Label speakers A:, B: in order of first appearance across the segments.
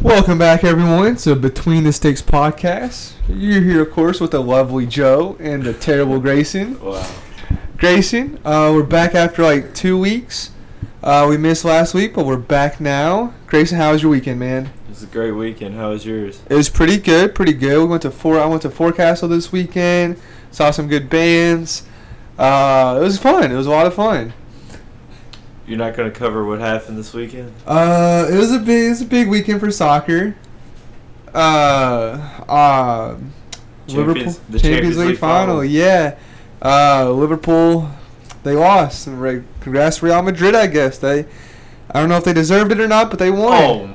A: Welcome back, everyone, to Between the Sticks podcast. You're here, of course, with the lovely Joe and the terrible Grayson.
B: Wow.
A: Grayson, uh, we're back after like two weeks. Uh, we missed last week, but we're back now. Grayson, how was your weekend, man?
B: It was a great weekend. How was yours?
A: It was pretty good, pretty good. We went to four. I went to Forecastle this weekend. Saw some good bands. Uh, it was fun. It was a lot of fun.
B: You're not going to cover what happened this weekend?
A: Uh, it was a big, it was a big weekend for soccer. Uh, um, Liverpool
B: Champions- the Champions League final.
A: yeah. Uh, Liverpool, they lost. And re- congrats to Real Madrid, I guess they. I don't know if they deserved it or not, but they won.
B: Oh,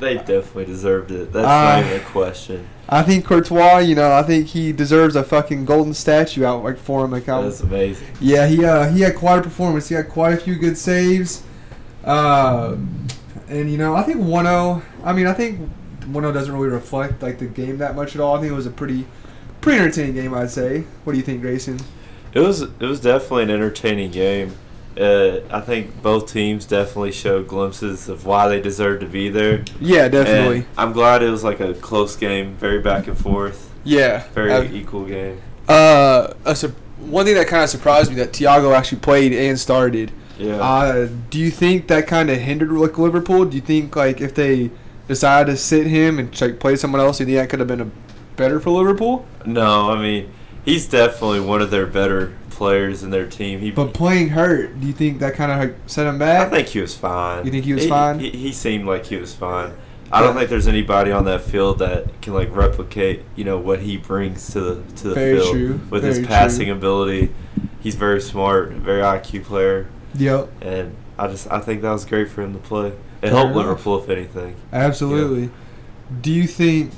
B: they definitely deserved it. That's
A: Uh,
B: not even a question.
A: I think Courtois, you know, I think he deserves a fucking golden statue out like for him. Like I was
B: That's amazing.
A: Yeah, he uh, he had quite a performance. He had quite a few good saves. Uh, and you know, I think 1-0, I mean, I think 1-0 doesn't really reflect like the game that much at all. I think it was a pretty pretty entertaining game, I'd say. What do you think, Grayson?
B: It was it was definitely an entertaining game. Uh, I think both teams definitely showed glimpses of why they deserve to be there.
A: Yeah, definitely.
B: And I'm glad it was like a close game, very back and forth,
A: yeah.
B: very e- equal game.
A: Uh, a sur- one thing that kind of surprised me that Tiago actually played and started.
B: Yeah.
A: Uh, do you think that kind of hindered like Liverpool? Do you think like if they decided to sit him and like play someone else, do you think that could have been a better for Liverpool?
B: no, I mean, he's definitely one of their better players in their team. He
A: But playing hurt, do you think that kind of like set him
B: I
A: back?
B: think he was fine.
A: You think he was fine?
B: He, he seemed like he was fine. I don't
A: Yeah.
B: think there's anybody on that field that can like replicate, you know, what he brings to the to the
A: Very
B: field
A: true,
B: with
A: very
B: his
A: true.
B: passing ability. He's very smart, very IQ player,
A: yep,
B: and I just I think that was great for him to play. It
A: Fair
B: helped
A: enough.
B: Liverpool if anything.
A: absolutely. Do you think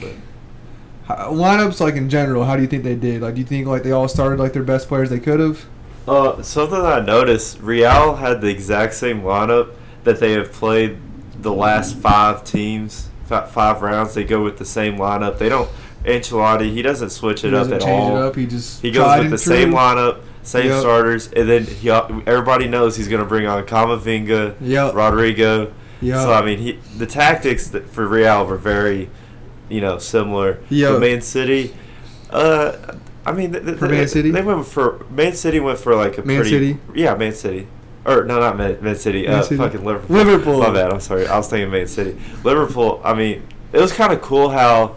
A: how- lineups like in general? How do you think they did? Like, do you think like they all started like their best players they could have?
B: Uh, something I noticed: Real had the exact same lineup that they have played the last five teams, fi- five rounds. They go with the same lineup. They don't. Ancelotti, he doesn't switch it up at
A: change
B: all.
A: it up. He just
B: He goes
A: tried
B: with
A: and
B: the
A: true.
B: same lineup, same
A: Yep.
B: starters, and then he, everybody knows he's going to bring on Camavinga,
A: Yep.
B: Rodrigo.
A: Yep.
B: So I mean, he, the tactics that for Real were very, you know, similar.
A: Yep.
B: But Man City, uh, I mean, th- th-
A: For Man
B: th-
A: City?
B: they went for Man City went for like a
A: Man
B: pretty,
A: City?
B: yeah, Man City. Or no, not Man, Man City.
A: Man
B: uh,
A: City.
B: Fucking Liverpool.
A: Liverpool.
B: My bad. I'm sorry. I was thinking Man City. Liverpool. I mean, it was kind of cool how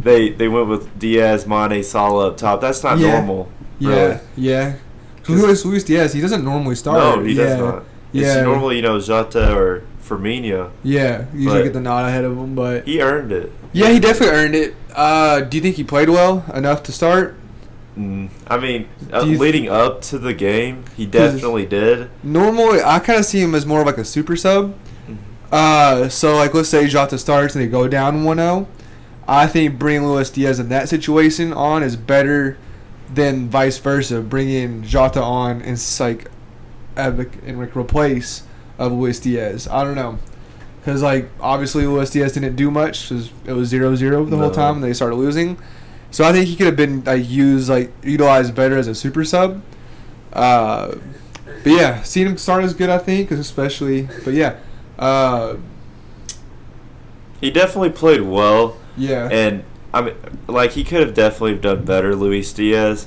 B: they they went with Diaz, Mane, Salah up top. That's not
A: Yeah.
B: normal.
A: yeah,
B: really.
A: yeah.
B: Just-
A: Luis Luis Diaz, he doesn't normally start.
B: No, he
A: yeah.
B: does not.
A: Yeah,
B: It's normally you know Jota or Firmino.
A: yeah. Usually
B: but-
A: get the nod ahead of him, but
B: He earned it.
A: yeah, he definitely earned it. Uh, do you think he played well enough to start?
B: Mm, I mean, uh,
A: Do you-
B: leading up to the game, he definitely did.
A: Normally, I kind of see him as more of like a super sub.
B: Mhm.
A: Uh, so like let's say Jota starts and they go down oh, 1-0. I think bringing Luis Diaz in that situation on is better than vice versa. Bringing Jota on and s- like have a- and like replace of Luis Diaz. I don't know. Because, like, obviously Luis Diaz didn't do much. 'cause It was 0 0 the whole
B: No.
A: time, and they started losing. So I think he could have been, like, used, like, utilized better as a super sub. Uh, but yeah, seeing him start is good, I think, 'cause especially. But yeah. Uh,
B: He definitely played well,
A: yeah.
B: and I mean, like he could have definitely done better, Luis Diaz.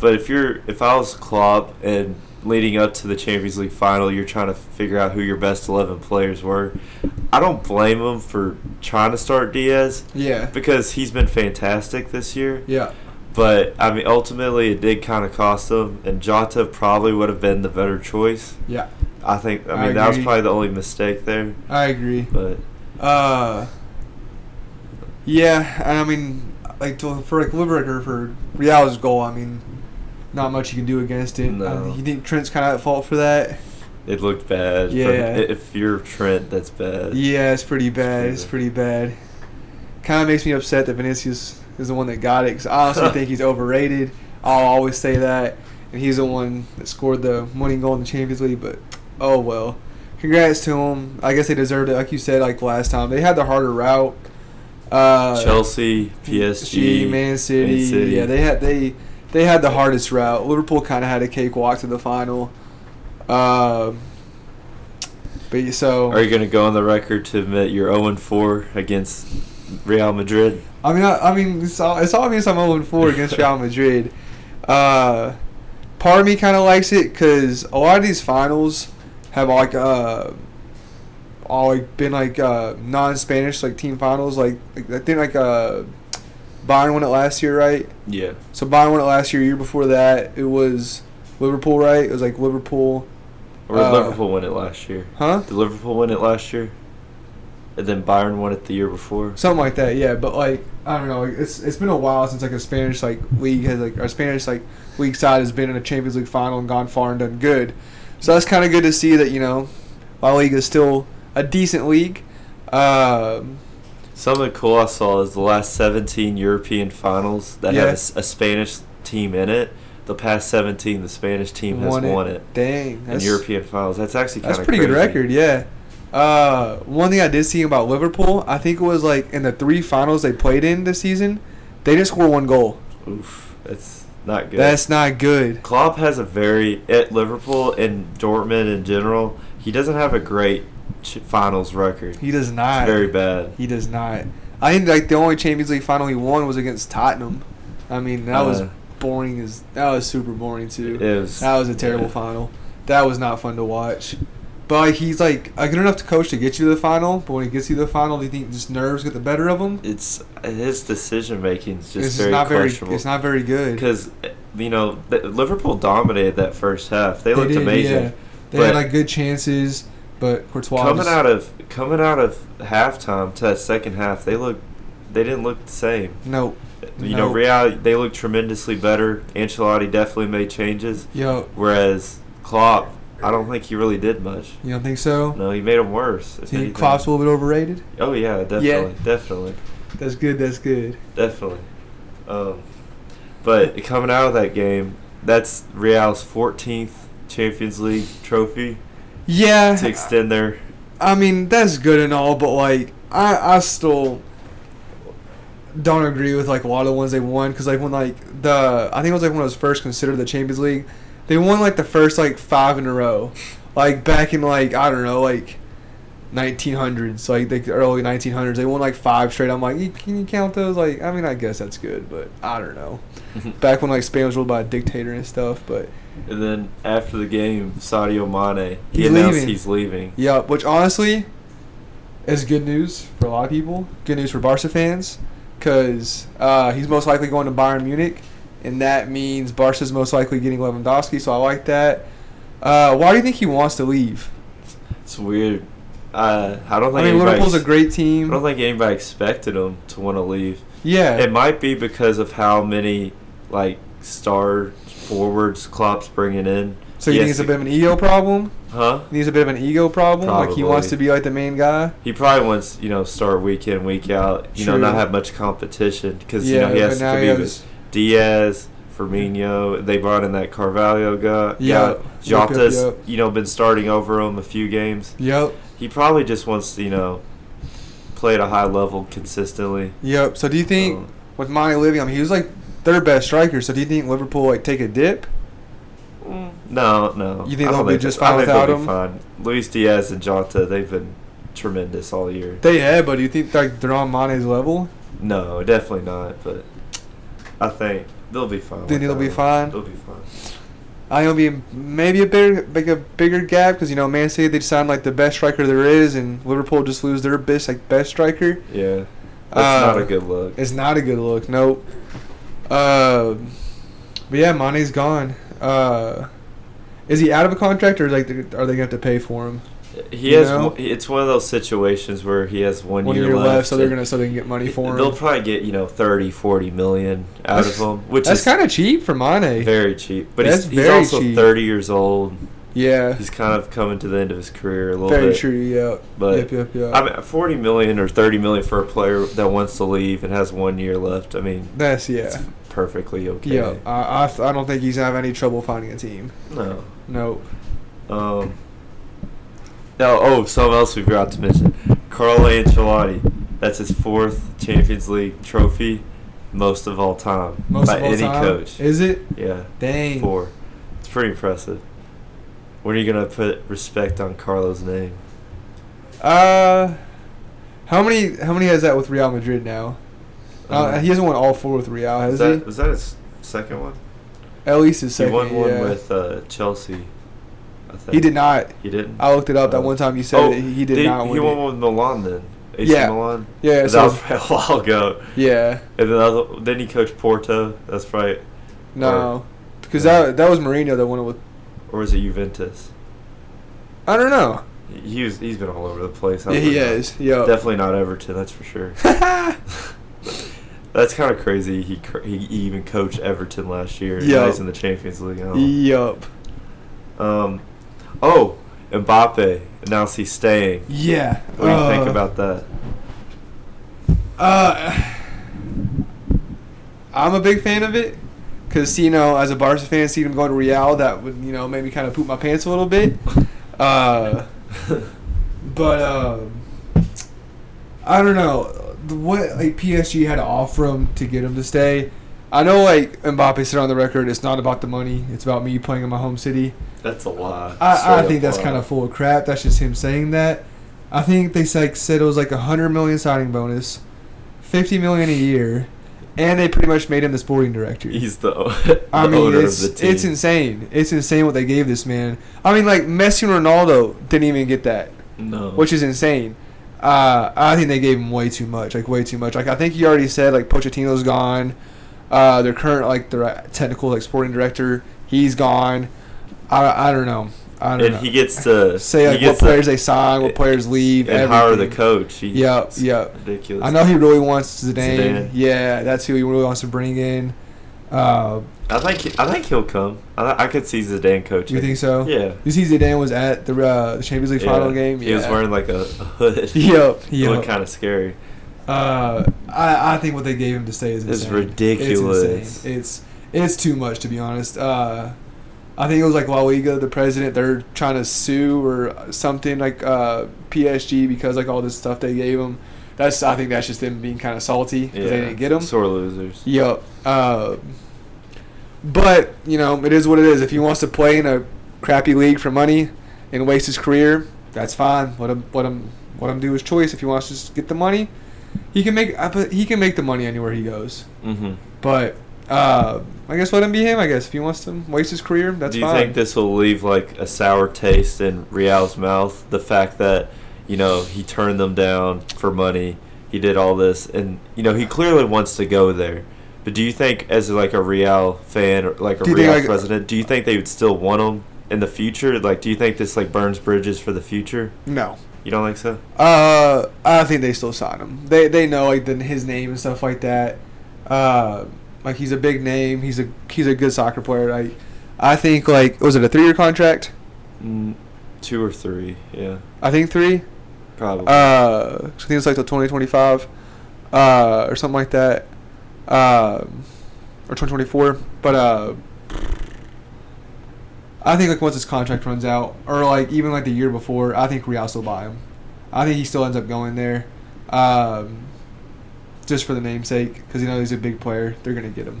B: But if you're, if I was Klopp and leading up to the Champions League final, you're trying to figure out who your best eleven players were. I don't blame him for trying to start Diaz
A: yeah.
B: because he's been fantastic this year.
A: Yeah.
B: But I mean, ultimately, it did kind of cost him, and Jota probably would have been the better choice.
A: Yeah.
B: I think. I
A: I
B: mean, that was
A: agree.
B: probably the only mistake there.
A: I agree.
B: But
A: Uh, yeah, and I mean, like to, for like Liverpool for Real's goal, I mean, not much you can do against it.
B: No.
A: I think- you think Trent's kind of at fault for that?
B: it looked bad. for-
A: Yeah.
B: if you're Trent, that's bad.
A: Yeah, it's pretty bad. It's
B: Yeah.
A: pretty bad. Kind of makes me upset that Vinicius is the one that got it 'cause I honestly think he's overrated. I'll always say that, and he's the one that scored the winning goal in the Champions League. But oh well, congrats to him. I guess they deserved it, like you said, like last time. They had the harder route. Uh,
B: Chelsea, PSG,
A: Man City. Yeah, they had they they had the hardest route. Liverpool kind of had a cakewalk to the final. Um, But so
B: Are you going to go on the record to admit you're 0 4 against Real Madrid?
A: I mean, I, I mean, it's, all, it's obvious I'm 0 4 against Real Madrid. Uh, part of me kind of likes it because a lot of these finals have like uh, all like been like uh, non-Spanish like team finals. Like, like I think like uh, Bayern won it last year, right?
B: Yeah.
A: So Bayern won it last year. Year before that, it was Liverpool, right? It was like Liverpool,
B: Or
A: Uh,
B: Liverpool won it last year.
A: huh?
B: Did Liverpool win it last year? And then Byron won it the year before.
A: Something like that, yeah. But like I don't know, like, it's it's been a while since like a Spanish like league has like our Spanish like league side has been in a Champions League final and gone far and done good. So that's kind of good to see that you know, La Liga is still a decent league. Um,
B: Something cool I saw is the last 17 European finals that
A: Yeah.
B: have a s- a, Spanish team in it. The past 17, the Spanish team has
A: Won
B: won
A: it.
B: it,
A: dang,
B: in
A: that's
B: European finals. That's actually kind
A: that's
B: of
A: pretty good record, yeah. Uh, one thing I did see about Liverpool, I think it was like in the three finals they played in this season, they didn't score one goal.
B: Oof, that's not good.
A: That's not good.
B: Klopp has a very at Liverpool and Dortmund in general. He doesn't have a great ch- finals record.
A: He does
B: It's
A: not.
B: very bad.
A: He does not. I think like the only Champions League final he won was against Tottenham. I mean that was
B: Uh,
A: boring as that was super boring too.
B: It was-
A: that was a terrible
B: yeah.
A: final. That was not fun to watch. But like, he's like a good enough to coach to get you to the final. But when he gets you to the final, do you think just nerves get the better of him?
B: It's his decision making is
A: it's
B: just very
A: not very.
B: questionable.
A: It's not very good.
B: because you know th- Liverpool dominated that first half. They, looked
A: did,
B: amazing.
A: yeah. They had
B: but-
A: like good chances, but Courtois.
B: Coming
A: just-
B: out of coming out of halftime to that second half, they looked they didn't look the same.
A: no.
B: You
A: No.
B: know, Real they looked tremendously better. Ancelotti definitely made changes,
A: Yo,
B: whereas Klopp, I don't think he really did much.
A: you don't think so?
B: No, he made them worse. if
A: Think
B: anything.
A: Klopp's a little bit overrated.
B: Oh yeah, definitely, definitely,
A: That's good. That's good.
B: definitely. Um, but coming out of that game, that's Real's 14th Champions League trophy
A: Yeah.
B: to extend their.
A: I mean, that's good and all, but like, I I still don't agree with like a lot of the ones they won because like when like the I think it was like when it was first considered the Champions League, they won like the first like five in a row, like back in like I don't know like. 1900s, like the early 1900s, they won like five straight. I'm like, you, can you count those? Like, I mean, I guess that's good, but I don't know. Back when like Spain was ruled by a dictator and stuff, but
B: And then after the game, Sadio Mane he
A: He's
B: announced
A: leaving.
B: he's leaving.
A: Yeah, which honestly is good news for a lot of people. Good news for Barca fans because uh, he's most likely going to Bayern Munich, and that means Barca's most likely getting Lewandowski. So I like that. Uh, why do you think he wants to leave?
B: It's weird. Uh, I don't
A: I mean,
B: think anybody.
A: Liverpool's a great
B: I don't
A: team.
B: think anybody expected him to want to leave. It
A: Yeah,
B: might be because of how many like star forwards Klopp's bringing in.
A: so you
B: He
A: think it's
B: has
A: a
B: to-
A: bit of an ego problem?
B: Huh?
A: He needs a bit of an ego problem. Like he wants
B: Probably.
A: to be like the main guy.
B: He probably wants you know start week in week out. You know
A: True.
B: not have much competition because you know he
A: but
B: has to
A: now he
B: be
A: has-
B: with Diaz, Firmino. They brought in that Carvalho guy.
A: Yeah.
B: guy.
A: Yep, yep,
B: Jota's
A: yep.
B: you know been starting over him a few games.
A: Yep.
B: He probably just wants to, you know, play at a high level consistently.
A: Yep. So do you think
B: Um,
A: with Monty living, I mean, he was like their best striker. So do you think Liverpool like take a dip?
B: no, no.
A: You think
B: I don't
A: they'll be just fine
B: I think they'll
A: without
B: be fine. Luis Diaz and Jota, they've been tremendous all year.
A: They have, but do you think like they're on Mane's level?
B: No, definitely not. But I think they'll be fine.
A: Think
B: with
A: they'll
B: that
A: be
B: one.
A: fine?
B: They'll be fine.
A: I think it'll be maybe a bigger, like a bigger gap because you know Man City they signed like the best striker there is, and Liverpool just lose their best like best striker.
B: Yeah, that's
A: Uh,
B: not a good look.
A: It's not a good look. Nope. Um but yeah, Mane's gone. Uh, is he out of a contract, or like are they gonna have to pay for him?
B: He
A: you
B: has.
A: know?
B: one- It's one of those situations where he has one,
A: One year, left, so they're
B: and
A: gonna so they can get money for
B: They'll
A: him.
B: probably get you know 30, 40 million out
A: That's-
B: of him, which
A: That's
B: is
A: kind of cheap for Mane.
B: very cheap. But
A: That's
B: he's, he's
A: very
B: also
A: cheap.
B: thirty years old.
A: yeah,
B: He's kind of coming to the end of his career a little
A: very
B: bit.
A: true. Yeah.
B: But
A: yep, yep, yep.
B: I mean, forty million or thirty million for a player that wants to leave and has one year left. I mean,
A: That's yeah.
B: it's perfectly okay.
A: Yeah, I, I, I don't think he's gonna have any trouble finding a team.
B: No.
A: Nope.
B: Um. No. Oh, something else we forgot to mention. Carlo Ancelotti. That's his fourth Champions League trophy, most of all time
A: Most
B: by
A: of all
B: any
A: time.
B: coach.
A: Is it?
B: yeah.
A: Dang.
B: Four. It's pretty impressive. When are you gonna put respect on Carlo's name?
A: Uh, how many how many has that with Real Madrid now? Uh,
B: Um,
A: he hasn't won all four with Real, has
B: Is that,
A: he?
B: is that his second one?
A: At least his second.
B: he won one
A: yeah.
B: with uh, Chelsea. I think.
A: He did not.
B: He didn't.
A: I looked it up that one time. You said
B: Oh,
A: that he did not
B: He
A: win.
B: won
A: it.
B: one with Milan then. AC
A: Yeah.
B: Milan.
A: Yeah.
B: But
A: So
B: that was a while ago.
A: yeah.
B: And then, other, then he coached Porto. That's right.
A: No. Because
B: Yeah.
A: that that was Mourinho that won it with.
B: Or was it Juventus?
A: I don't know.
B: He was, he's been all over the place. I
A: Yeah, he
B: don't know.
A: is. Yo.
B: Definitely not Everton. That's for sure. Oh. That's kind of crazy. He cr- he even coached Everton last year. and
A: Yeah.
B: Now he's in the Champions League. I don't know.
A: Yup.
B: Um, oh, Mbappe announced he's staying.
A: Yeah.
B: What do you think
A: uh,
B: about that?
A: Uh, I'm a big fan of it because you know, as a Barca fan, seeing him going to Real, that would you know maybe kind of poop my pants a little bit. Uh, but um, I don't know The- what like PSG had to offer him to get him to stay. I know like Mbappe said on the record, it's not about the money. It's about me playing in my home city.
B: That's a lot.
A: I, I think
B: uh,
A: that's kind of full of crap. That's just him saying that. I think they like said it was like a hundred million signing bonus, fifty million a year, and they pretty much made him the sporting director.
B: He's the, o-
A: I
B: the
A: mean,
B: owner
A: it's
B: of the team.
A: it's insane. It's insane what they gave this man. I mean, like Messi and Ronaldo didn't even get that,
B: No.
A: which is insane. Uh, I think they gave him way too much, like way too much. Like I think you already said, like Pochettino's gone. Uh, their current like their technical like sporting director, he's gone. I, I don't know. I don't
B: and
A: know
B: he gets to
A: say
B: he
A: like what
B: gets
A: players
B: to, e-,
A: they sign, what players leave,
B: and hire the
A: everything.
B: coach. He-
A: Yeah,
B: it's
A: yeah.
B: Ridiculous.
A: I know he really wants Zidane.
B: Zidane.
A: Yeah, that's who he really wants to bring in. Uh,
B: I think he- I think he'll come. I, I could see Zidane
A: do
B: coaching.
A: you think so?
B: Yeah.
A: You see, Zidane was at the uh, Champions League
B: Yeah.
A: final game. Yeah.
B: He was wearing like a, a hood.
A: Yep,
B: It looked
A: yep.
B: kind of scary.
A: Uh, I, I think what they gave him to say is
B: It's
A: insane.
B: ridiculous.
A: It's insane. It's it's too much to be honest. Uh, I think it was like La Liga, the president. They're trying to sue or something like uh, PSG because like all this stuff they gave him. That's I think that's just them being kind of salty because they didn't get him.
B: Sore losers.
A: Yep. Uh, but you know it is what it is. If he wants to play in a crappy league for money and waste his career, that's fine. Let him let him let him do his choice. If he wants to just get the money, he can make. I put- He can make the money anywhere he goes.
B: Mm-hmm.
A: But uh, I guess let him be him. I guess if he wants to waste his career, that's
B: Do you
A: fine.
B: think this will leave like a sour taste in Real's mouth? The fact that you know he turned them down for money, he did all this, and you know he clearly wants to go there. But do you think, as like a Real fan or like a
A: Do you think,
B: Real
A: like-
B: president, do you think they would still want him in the future? Like, do you think this like burns bridges for the future?
A: no.
B: You don't think so?
A: Uh, I think they still sign him. They they know like the, his name and stuff like that. Uh, like he's a big name. He's a he's a good soccer player. Like I think like was it a three year contract?
B: Mm, two or three, yeah,
A: I think three.
B: probably.
A: Uh, so I think it's like till twenty twenty five, uh, or something like that, um, or twenty twenty four. But uh, I think like once his contract runs out, or like even like the year before, I think Real still buy him. I think he still ends up going there, um, just for the namesake, because you know he's a big player. They're gonna get him.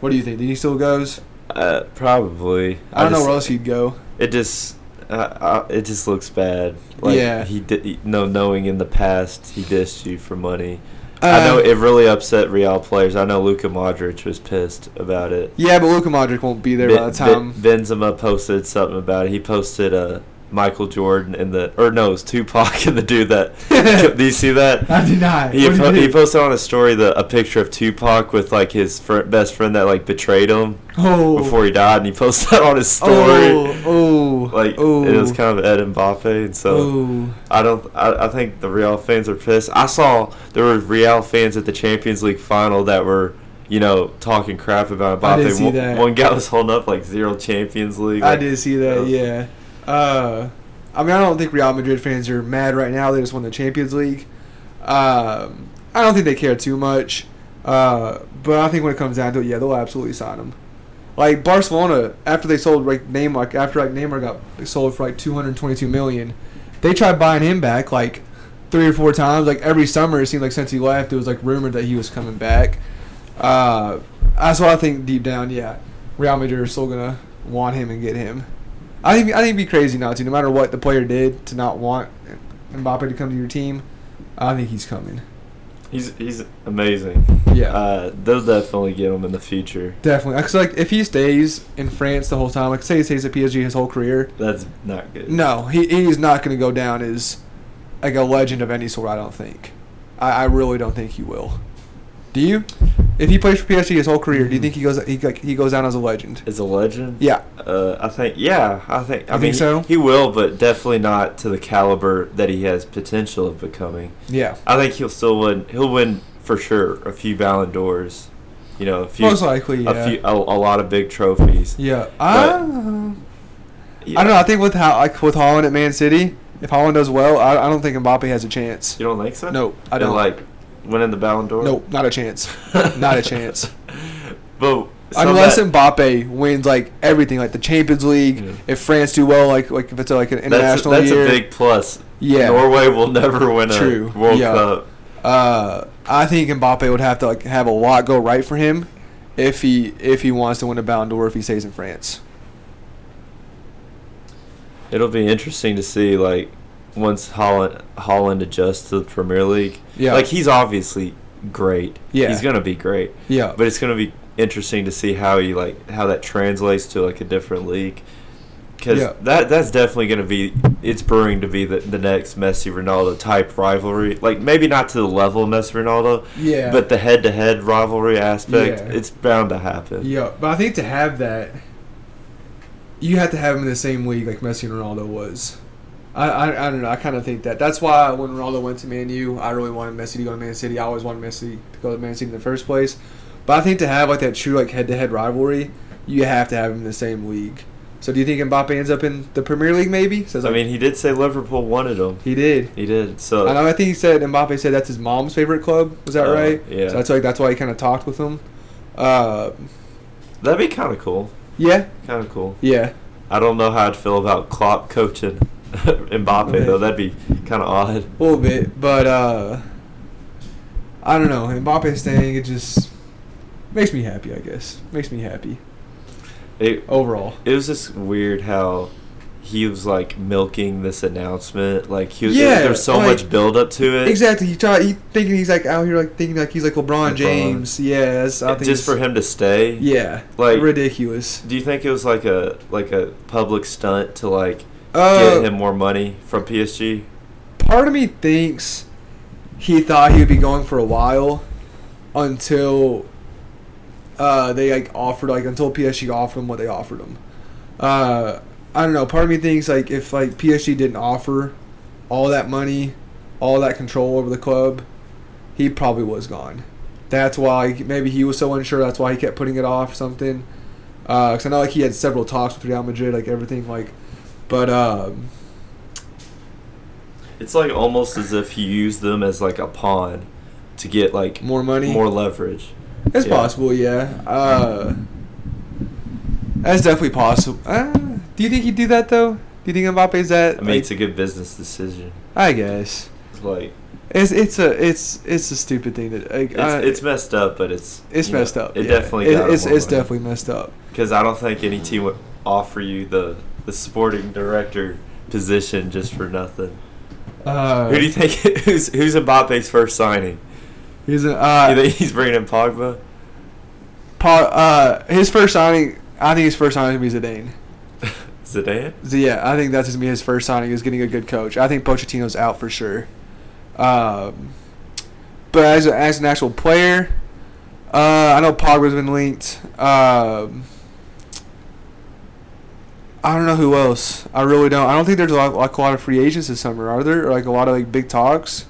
A: What do you think? Do you think he still goes?
B: uh, probably.
A: I don't know
B: just-
A: where else he'd go.
B: it just uh, uh, it just looks bad. Like
A: Yeah.
B: he did no knowing in the past he dissed you for money. I know
A: Uh,
B: it really upset Real players. I know Luka Modric was pissed about it.
A: Yeah, but Luka Modric won't be there by
B: Ben-
A: the time.
B: Ben- Benzema posted something about it. He posted uh, Michael Jordan and the or no, it was Tupac and the dude that. do you see that?
A: I did not.
B: He,
A: What did
B: po-
A: you
B: he
A: do?
B: posted on his story the a picture of Tupac with like his fr- best friend that like betrayed him
A: Oh.
B: before he died, and he posted that on his story.
A: Oh, oh,
B: like
A: oh,
B: it was kind of Ed Mbappe, and so
A: oh.
B: I don't. I, I think the Real fans are pissed. I saw there were Real fans at the Champions League final that were, you know, talking crap about Mbappe.
A: I did see
B: one,
A: that.
B: one guy was holding up like zero Champions League.
A: I
B: like-
A: did see that. Yeah, uh, I mean, I don't think Real Madrid fans are mad right now. They just won the Champions League. Um, I don't think they care too much. Uh, but I think when it comes down to it, yeah, they'll absolutely sign him. Like Barcelona, after they sold like Neymar, after like Neymar got sold for like 222 million, they tried buying him back like three or four times. Like every summer, it seemed like since he left, it was like rumored that he was coming back. Uh, that's what I think deep down. Yeah, Real Madrid are still gonna want him and get him. I think I think it'd be crazy not to, no matter what the player did, to not want Mbappe to come to your team, I think he's coming.
B: He's he's amazing.
A: Yeah.
B: Uh, they'll definitely get him in the future.
A: Definitely. Cause like if he stays in France the whole time, like say he stays at PSG his whole career,
B: That's not good.
A: no, he he's not gonna go down as like a legend of any sort. I don't think. I, I really don't think he will. Do you? If he plays for PSG his whole career, do you think he goes he like he goes down as a legend?
B: Is a legend?
A: Yeah.
B: Uh, I think yeah. I think. I
A: You think
B: mean,
A: so?
B: He will, but definitely not to the caliber that he has potential of becoming.
A: Yeah.
B: I think he'll still win. He'll win for sure a few Ballon d'Ors. You know, a few,
A: Most likely. Yeah.
B: a few, a, a lot of big trophies.
A: yeah. I, I don't know. I think with how like with Holland at Man City, if Holland does well, I, I don't think Mbappe has a chance.
B: You don't think so?
A: No, I
B: And,
A: don't.
B: like winning the Ballon d'Or.
A: Nope, not a chance. not a chance.
B: But
A: Unless
B: somebody-
A: Mbappe wins like everything, like the Champions League,
B: Yeah.
A: if France do well, like like if it's like an
B: that's, a-
A: international
B: that's
A: year,
B: a big plus.
A: Yeah.
B: Norway will never win a
A: True.
B: World
A: Yeah.
B: Cup.
A: uh, I think Mbappe would have to like have a lot go right for him if he if he wants to win a Ballon d'Or if he stays in France.
B: It'll be interesting to see like once Holland Holland adjusts to the Premier League.
A: Yeah.
B: Like he's obviously great.
A: Yeah.
B: He's gonna be great.
A: Yeah,
B: But it's gonna be interesting to see how he like how that translates to like a different league. Because
A: Yeah.
B: that that's definitely going to be it's brewing to be the, the next Messi Ronaldo type rivalry. Like maybe not to the level of Messi Ronaldo,
A: yeah,
B: but the head to head rivalry aspect
A: Yeah.
B: it's bound to happen.
A: yeah. But I think to have that, you have to have him in the same league like Messi and Ronaldo was. I, I, I don't know. I kind of think that. That's why when Ronaldo went to Man U, I really wanted Messi to go to Man City. I always wanted Messi to go to Man City in the first place. But I think to have like that true like head to head rivalry, you have to have him in the same league. So do you think Mbappe ends up in the Premier League maybe? Says
B: I
A: like-
B: mean, he did say Liverpool wanted him.
A: he did.
B: He did. So
A: I know. I think he said Mbappe said that's his mom's favorite club. Was that
B: Uh,
A: right?
B: yeah.
A: So that's like that's why he kind of talked with him. Uh,
B: that'd be kind of cool.
A: yeah,
B: Kind of cool.
A: yeah.
B: I don't know how I'd feel about Klopp coaching Mbappe though. That'd be kind of odd.
A: A little bit, but uh, I don't know. Mbappe staying, it just makes me happy. I guess makes me happy
B: It
A: overall.
B: it was just weird how he was like milking this announcement. Like he was,
A: Yeah,
B: there's so
A: like-
B: much build up to it.
A: Exactly. He try. He thinking he's like out here, like thinking like he's like LeBron,
B: LeBron.
A: James. Yeah. That's, I think
B: Just for
A: it's-
B: him to stay.
A: Yeah.
B: Like-
A: ridiculous.
B: Do you think it was like a like a public stunt to like
A: Uh,
B: get him more money from PSG?
A: part of me thinks he thought he would be going for a while until uh, they like offered like until PSG offered him what they offered him. Uh, I don't know. Part of me thinks like if like PSG didn't offer all that money, all that control over the club, he probably was gone. That's why maybe he was so unsure. That's why he kept putting it off or something. Because I know like he had several talks with Real Madrid, like everything, like. But um,
B: It's like almost as if he used them as like a pawn to get like
A: more money,
B: more leverage.
A: It's
B: Yeah.
A: possible, yeah. Uh, that's definitely possible. Uh, do you think he'd do that though? Do you think Mbappe's that?
B: I mean, it's a good business decision.
A: I guess
B: It's like
A: it's it's a it's it's a stupid thing that like,
B: it's,
A: uh,
B: it's messed up, but it's
A: it's
B: you know,
A: messed up.
B: It
A: yeah.
B: definitely
A: It-
B: got
A: it's it's definitely messed up.
B: because I don't think any team would offer you the the sporting director position just for nothing.
A: Uh,
B: Who do you think who's who's Mbappe's first signing?
A: He's a, uh,
B: you think he's bringing in Pogba?
A: Paul, uh, his first signing. I think his first signing is gonna be Zidane.
B: Zidane?
A: So yeah, I think that's gonna be his first signing is getting a good coach. I think Pochettino's out for sure. Um, but as, a, as an actual player, uh, I know Pogba's been linked. Um, I don't know who else. I really don't. I don't think there's a lot, like a lot of free agents this summer, are there? Or like a lot of like big talks.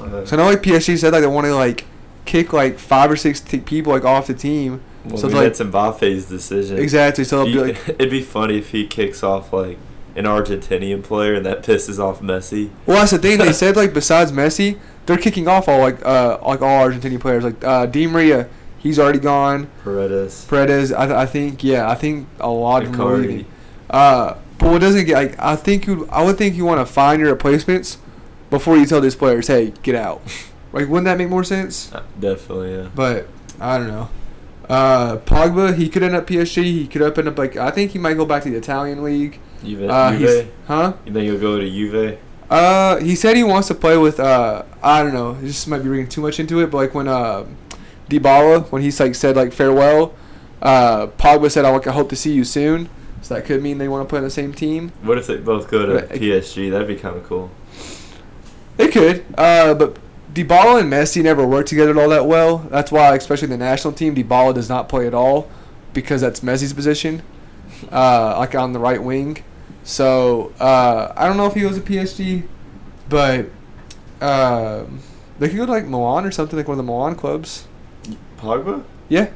B: Uh,
A: So I know like PSG said like they want to like kick like five or six t- people like off the team.
B: well,
A: so
B: I mean,
A: like-
B: that's Mbappe's decision.
A: Exactly. So it'll
B: You-
A: be like,
B: it'd be funny if he kicks off like an Argentinian player and that pisses off Messi.
A: Well, that's the thing. They said like besides Messi, they're kicking off all like uh like all Argentinian players. Like uh, Di Maria, he's already gone.
B: Paredes,
A: Paredes, I, th- I think yeah, I think a lot of them are
B: Icardi.
A: leaving. Uh, but what doesn't get like I think you I would think you want to find your replacements before you tell these players, hey, get out. like, wouldn't that make more sense?
B: Uh, Definitely, yeah.
A: But I don't know. Uh, Pogba, he could end up PSG. He could end up like I think he might go back to the Italian league.
B: Juve,
A: Uh, he's,
B: Juve?
A: huh?
B: You think he'll go to Juve?
A: Uh, Uh, he said he wants to play with uh, I don't know. This might be reading too much into it, but like when uh, DiBala when he's like said like farewell, uh, Pogba said I, like, I hope to see you soon. So that could mean they want to play on the same team.
B: What if they both go to
A: Right.
B: PSG? That'd be kind of cool.
A: They could. Uh, but DiBala and Messi never work together all that well. That's why, especially in the national team, DiBala does not play at all because that's Messi's position, uh, like on the right wing. So uh, I don't know if he goes to PSG, but um they could go to like Milan or something, like one of the Milan clubs.
B: Pogba?
A: Yeah,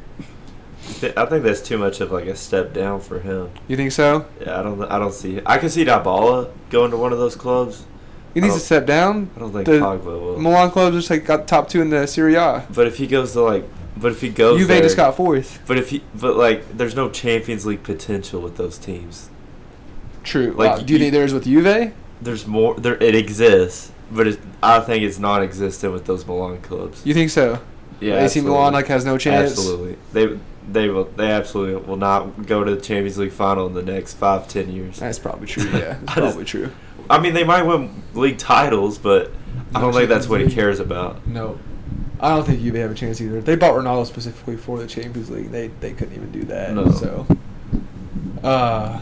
B: Th- I think that's too much of like a step down for him.
A: you think so?
B: Yeah, I don't. I don't see. I can see Dabala going to one of those clubs.
A: He
B: I
A: needs to
B: don't-
A: step down.
B: I don't think
A: The
B: Pogba will.
A: Milan clubs just like got top two in the Serie A.
B: But if he goes to like, but if he goes,
A: Juve
B: there,
A: just got fourth.
B: But if he, but like, there's no Champions League potential with those teams.
A: True.
B: Like,
A: Wow, do you
B: you-
A: think there's with Juve?
B: There's more. There it exists, but it, I think it's non-existent with those Milan clubs.
A: You think so?
B: yeah,
A: AC Milan like has no chance.
B: Absolutely, they they will they absolutely will not go to the Champions League final in the next five ten years.
A: That's probably true. Yeah,
B: I
A: that's
B: just-
A: probably true.
B: I mean, they might win league titles, but I don't think that's what he cares about.
A: No, I don't think Juve have a chance either. They bought Ronaldo specifically for the Champions League. They they couldn't even do that.
B: No.
A: So, uh,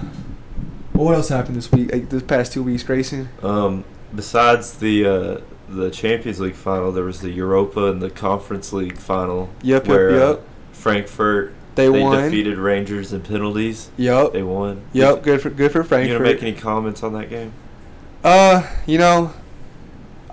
A: what else happened this week? Like, this past two weeks, Grayson.
B: Um, besides the uh, the Champions League final, there was the Europa and the Conference League final.
A: Yep, yep,
B: where, uh,
A: yep.
B: Frankfurt
A: They, won.
B: defeated Rangers in penalties.
A: Yep.
B: They won.
A: Yep. Good for good for
B: You gonna make
A: Frankfurt.
B: any comments on that game?
A: Uh, you know,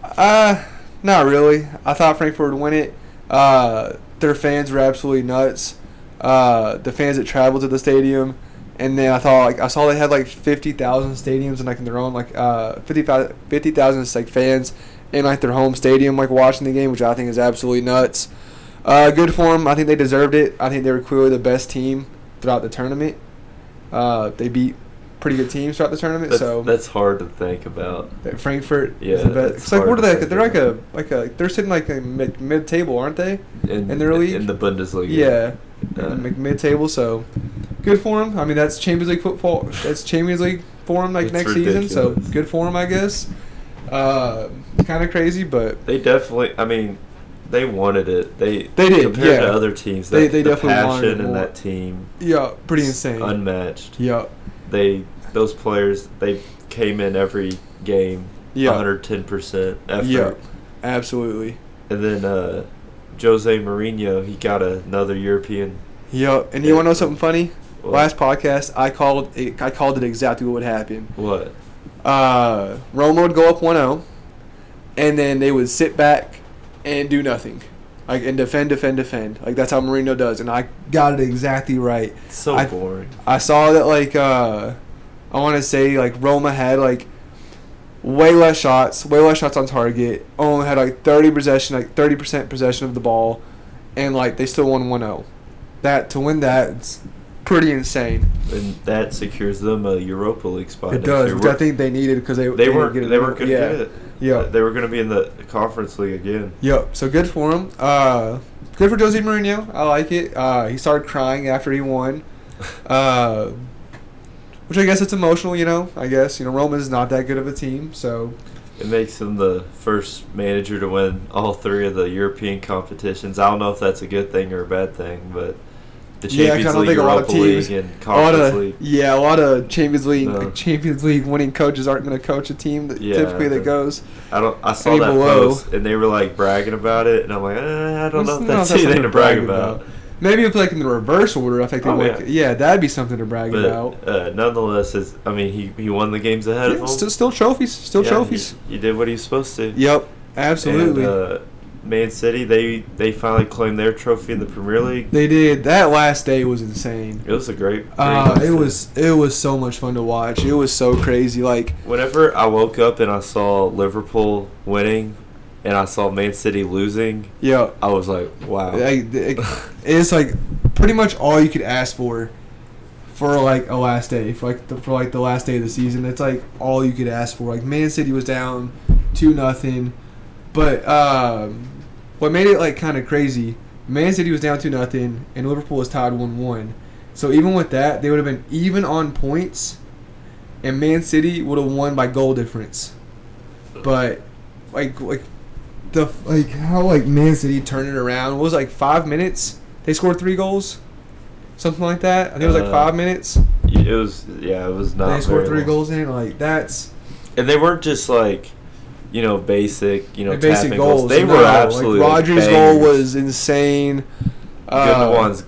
A: uh, not really. I thought Frankfurt would win it. Uh, their fans were absolutely nuts. Uh, the fans that traveled to the stadium, and then I thought like I saw they had like fifty thousand stadiums and like in their own like uh 55 50,000 like fans in like their home stadium like watching the game, which I think is absolutely nuts. Uh, good for them. I think they deserved it. I think they were clearly the best team throughout the tournament. Uh, they beat pretty good teams throughout the tournament.
B: That's,
A: so
B: that's hard to think about.
A: that Frankfurt
B: Yeah,
A: is the best.
B: it's
A: It's like
B: hard
A: what are
B: to
A: they?
B: think
A: They're like
B: about.
A: a like a they're sitting like a mid, mid table, aren't they?
B: In,
A: In their league?
B: in the Bundesliga.
A: Yeah,
B: Oh, Uh,
A: mid table. So good for them. I mean, that's Champions League football. That's Champions League for them like
B: It's
A: next season.
B: ridiculous.
A: So good for them, I guess. Uh, kind of crazy, but
B: They definitely. I mean, they wanted it. They
A: They did,
B: Compared
A: yeah.
B: to other teams,
A: They-
B: they
A: they
B: the
A: definitely wanted it
B: passion in
A: more.
B: that team.
A: yeah, pretty
B: is
A: insane.
B: Unmatched.
A: yeah,
B: They those players they came in every game.
A: Yeah.
B: 110 percent effort.
A: yeah, absolutely.
B: And then uh, Jose Mourinho, he got another European.
A: Yeah, and you want to know something funny?
B: What?
A: Last podcast, I called it, I called it exactly what would happen.
B: What?
A: uh, Roma would go up 1-0, and then they would sit back and do nothing, like and defend, defend, defend. Like that's how Mourinho does, and I got it exactly right.
B: It's so
A: I-
B: boring.
A: I saw that like uh, I want to say like Roma had like way less shots, way less shots on target. Only had like thirty possession, like thirty percent possession of the ball, and like they still won 1-0. That to win that, it's pretty insane.
B: And that secures them a Europa League spot.
A: It
B: next
A: does,
B: year.
A: which I think they needed because they
B: they
A: didn't
B: weren't.
A: get it.
B: They weren't going to
A: Yeah.
B: get it.
A: Yeah.
B: They were going to be in the Conference League again.
A: Yep. So good for him. Uh, good for Jose Mourinho. I like it. Uh, he started crying after he won, uh, which I guess it's emotional. You know, I guess you know Roma's not that good of a team, so
B: It makes him the first manager to win all three of the European competitions. I don't know if that's a good thing or a bad thing, but the
A: Yeah, 'cause I
B: Champions
A: don't
B: League,
A: think a lot of
B: Europa League,
A: teams-
B: and
A: a lot
B: Conference
A: of
B: League.
A: yeah, a lot of Champions League
B: No.
A: like, Champions League winning coaches aren't going to coach a team that
B: Yeah,
A: typically that
B: but-
A: goes.
B: I don't. I saw
A: any
B: that
A: below.
B: post, and they were like bragging about it, and I'm like, eh, I don't
A: It's
B: know if
A: Mm, not
B: that's
A: something
B: anything to brag about.
A: Maybe if like in the reverse order, I think they
B: Oh,
A: would. Yeah.
B: yeah.
A: that'd be something to brag
B: But
A: about.
B: uh, nonetheless, it's, I mean, he, he won the games ahead of
A: Yeah,
B: him.
A: still, still trophies. Still
B: Yeah,
A: trophies.
B: He, he did what he was supposed to.
A: Yep. Absolutely.
B: And, uh, Man City, they they finally claimed their trophy in the Premier League.
A: They did. That last day was insane.
B: it was a great.
A: Uh,
B: great
A: it was it was so much fun to watch. It was so crazy. Like
B: Whenever I woke up and I saw Liverpool winning, and I saw Man City losing,
A: yeah,
B: I was like, wow.
A: like, th- it's like pretty much all you could ask for for like a last day for like the, for like the last day of the season. It's like all you could ask for. Like Man City was down two nothing, but um, what made it like kind of crazy? Man City was down two nothing, and Liverpool was tied one one. So even with that, they would have been even on points, and Man City would have won by goal difference. But like like the like how like Man City turned it around. What was it, like five minutes? They scored three goals, something like that. I think it was like
B: Uh,
A: five minutes.
B: It was yeah, it was not.
A: they scored
B: very
A: three
B: long.
A: goals in. Like that's
B: and they weren't just like, you know, basic, you know,
A: the basic
B: tapping
A: goals.
B: They
A: No,
B: were absolutely
A: like Rodgers' goal
B: bangers.
A: was insane. Uh,
B: Gundogan's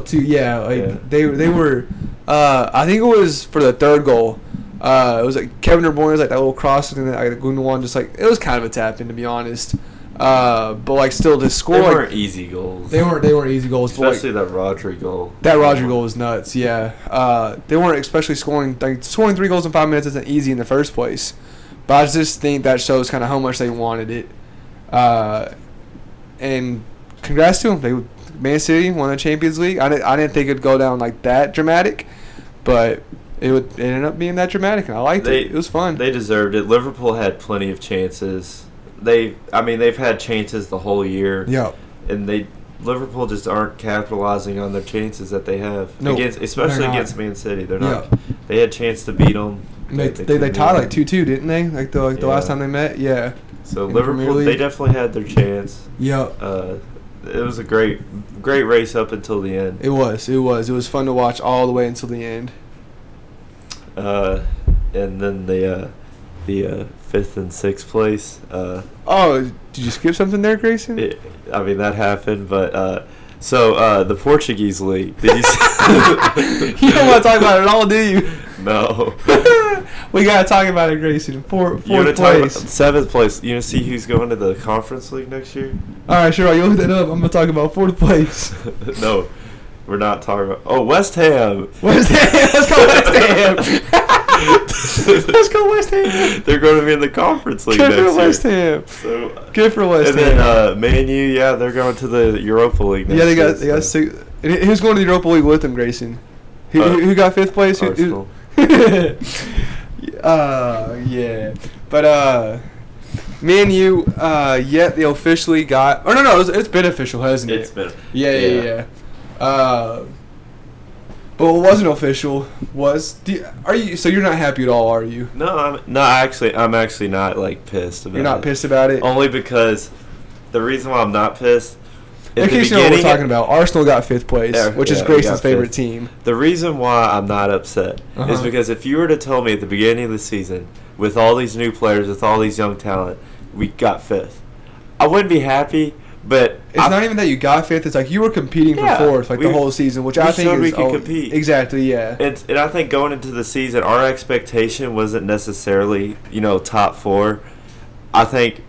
A: The, two, yeah, like
B: Oh. Yeah.
A: they they were. Uh, I think it was for the third goal. Uh, it was like Kevin De Bruyne was like that little cross, and then like, Gundogan just like it was kind of a tap in to be honest. Uh, but like still to score,
B: they
A: like,
B: weren't easy goals.
A: they weren't they weren't easy goals. But, like,
B: especially that Rodri goal.
A: that Roger goal was nuts. Yeah, uh, they weren't especially scoring like scoring three goals in five minutes isn't easy in the first place. But I just think that shows kind of how much they wanted it. Uh, and congrats to them. They Man City won the Champions League. I didn't I didn't think it'd go down like that dramatic, but it would it ended up being that dramatic, and I liked
B: They-
A: it. It was fun.
B: They deserved it. Liverpool had plenty of chances. They, I mean, they've had chances the whole year,
A: yeah,
B: and they Liverpool just aren't capitalizing on their chances that they have
A: No,
B: against, especially
A: they're not.
B: against Man City. They're not. They had chance to beat them.
A: they they, they tied like two two, didn't they? Like the like the last
B: Yeah.
A: time they met. Yeah.
B: So
A: in the Premier
B: Liverpool, they
A: League.
B: definitely had their chance.
A: Yep.
B: Uh, it was a great, great race up until the end.
A: It was. It was. It was fun to watch all the way until the end.
B: Uh, and then the uh, the uh, fifth and sixth place. Uh,
A: Oh, did you skip something there, Grayson?
B: it, I mean that happened, but uh, so uh, the Portuguese league. Did you? s-
A: you don't want to talk about it at all, do you?
B: No.
A: we gotta talk about it, Grayson. Four,
B: You wanna
A: fourth
B: talk about-
A: place.
B: seventh place. You know, see who's going to the conference league next year?
A: all right, sure. You look that up. I'm gonna talk about fourth place.
B: no, we're not talking about. Oh, West Ham.
A: West Ham. Let's go West Ham. Let's go West Ham.
B: They're going to be in the conference league
A: Good
B: next
A: for West
B: year.
A: Ham.
B: So,
A: Good for West
B: and
A: Ham.
B: then uh, Man U, yeah, they're going to the Europa League. Next
A: yeah, they got
B: year,
A: they got
B: so-
A: six. and who- Who's going to the Europa League with them, Grayson? Who,
B: Uh,
A: who who got fifth place? Who- who-
B: Arsenal.
A: uh, yeah. But uh, me and you, uh, yet they officially got. Oh no, no, it's, it's been official, hasn't
B: It's
A: it?
B: been
A: yeah, yeah, yeah. Uh, but what wasn't official was. Do you- are you? So you're not happy at all, are you?
B: No, I'm no actually. I'm actually not like pissed about.
A: You're
B: it.
A: not pissed about it.
B: Only because the reason why I'm not pissed. at
A: In
B: the
A: case you know what we're
B: beginning-
A: talking about, Arsenal got fifth place,
B: Yeah,
A: which is
B: yeah, we got
A: Grayson's favorite
B: fifth.
A: team.
B: The reason why I'm not upset is
A: Uh-huh.
B: because if you were to tell me at the beginning of the season, with all these new players, with all these young talent, we got fifth, I wouldn't be happy. But
A: It's
B: I-
A: not even that you got fifth; it's like you were competing
B: Yeah,
A: for fourth, like
B: we-
A: the whole season, which
B: we
A: I think
B: showed
A: is
B: we could
A: oh,
B: compete.
A: exactly, yeah.
B: It's, and I think going into the season, our expectation wasn't necessarily, you know, top four. I think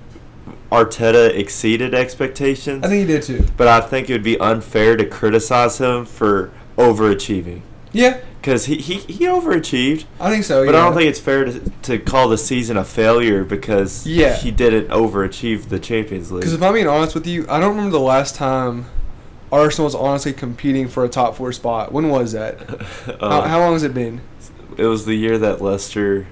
B: Arteta exceeded expectations,
A: I think you did too.
B: but I think it would be unfair to criticize him for overachieving
A: Yeah,
B: because he, he, he overachieved.
A: I think so.
B: But
A: Oh, yeah.
B: I don't think it's fair to, to call the season a failure because
A: Yeah.
B: he didn't overachieve the Champions
A: Because if
B: League.
A: I'm being honest with you, I don't remember the last time Arsenal was honestly competing for a top four spot. When was that? how,
B: Uh,
A: how long has it been?
B: it was the year that Leicester,